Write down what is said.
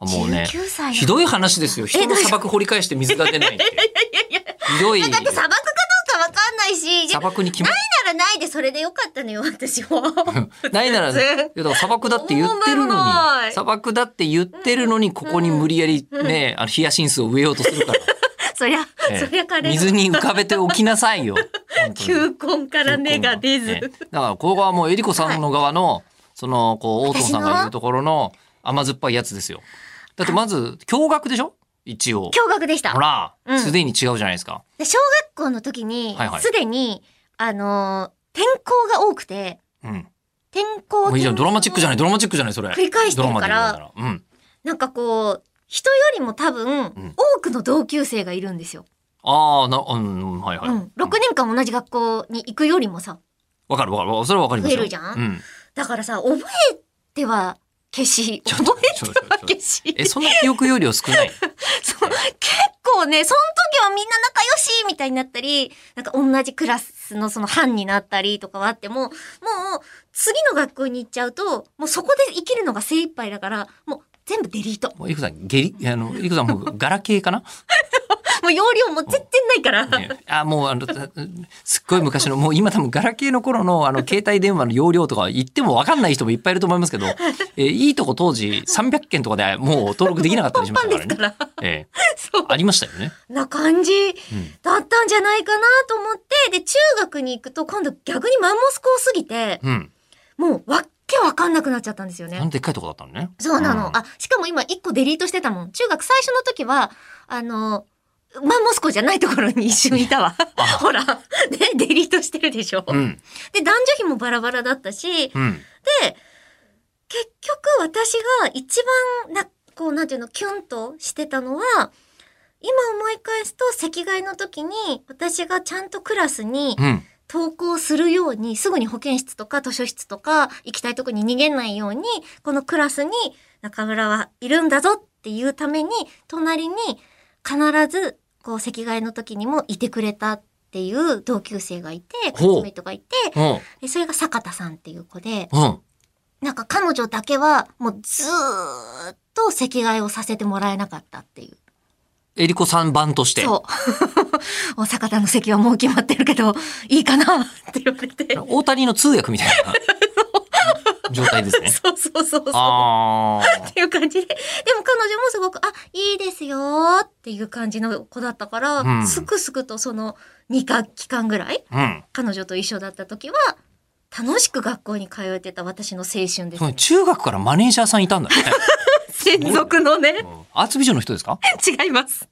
もうね19歳なのひどい話ですよ人の砂漠掘り返して水が出ないってひどいだって砂漠かどうかわかんないし、じゃ砂漠に決まっないならないでそれでよかったのよ、私は。ないなら、い 全や然だから砂漠だって言ってるのに思わない、砂漠だって言ってるのに、ここに無理やりね、あの、ヒヤシンスを植えようとする から、そりゃ、ええそりゃ彼水に浮かべておきなさいよ。 本当に球根から根が出ず。ねだから、ここはもう、えりこさんの側の、その、こう、大友さんが言うところの甘酸っぱいやつですよ。だって、まず、驚愕でしょ一応。驚愕でしたほ。らう、んすでに違うじゃないですか。で小学校の時にはいは、いすでに、あのー、転校が多くて、うん。転校。もういいじゃん。ドラマチックじゃないい、ドラマチックじゃない、それ。繰り返してるかドラらマで言うなら。うん。なんかこう、人よりも多分、ん多くの同級生がいるんですよ。ああ、な、うん、はいはい。ううんん。 6年間同じ学校に行くよりもさ、わかるわかる。それはわかりますよ。増えるじゃんうん。だからさ、覚えては消し、ちょ覚っとえては消し。え、そんな記憶よりは少 ない。そう結構ね、その時はみんな仲良しみたいになったり、なんか同じクラスのその班になったりとかはあっても、もう次の学校に行っちゃうと、もうそこで生きるのが精一杯だから、もう全部デリート。ももう、いくさん、ゲリ、あの、いくさんもう、ガラケーかな、う容量も全然ないから。ね、あ、もう、あの、たすっごい昔の、もう今多分、ガラケーの頃の、あの、携帯電話の容量とか言ってもわかんない人もいっぱいいると思いますけど、えいいとこ当時、300件とかでもう登録できなかったりしまパしンたでから すかね。ら。ええ そう。ありましたよね。な感じんだったんじゃないかなと思って、で、中学に行くと今度逆にマンモス校すぎて、うん。もうわっけわかんなくなっちゃったんですよあのね。でっかいとこだったのね。そうなの。んあ、しかも今一個デリートしてたもん。中学最初の時は、あの、マンモス校じゃないところに一瞬 いたわ。ほら、ね、デリートしてるでしょ。うん。で、男女比もバラバラだったし、うん。で、結局私が一番な、こうなんていうの、キュンとしてたのは、今思い返すと席替えの時に私がちゃんとクラスにうん。登校するように、すぐに保健室とか図書室とか行きたいとこに逃げないように、このクラスに中村はいるんだぞっていうために、隣に必ずこう席替えの時にもいてくれたっていう同級生がいて、クラほうスメイトがいて、うん。でそれが坂田さんっていう子で、うん。なんか彼女だけはもうずーっと席替えをさせてもらえなかったっていう。えりこさん版として。そう。お 坂田の席はもう決まってるけど、いいかなって言われて。大谷の通訳みたい な状態ですね。そうそうそうそう。ああ。っていう感じで。でも彼女もすごく、あ、いいですよーっていう感じの子だったから、うんすくすくとその2か期間ぐらい、うん。彼女と一緒だった時は、楽しく学校に通えてた私の青春ですそうね。中学 からマネージャーさんいたんだね。専属のね、アーツビジョンの人ですか違います。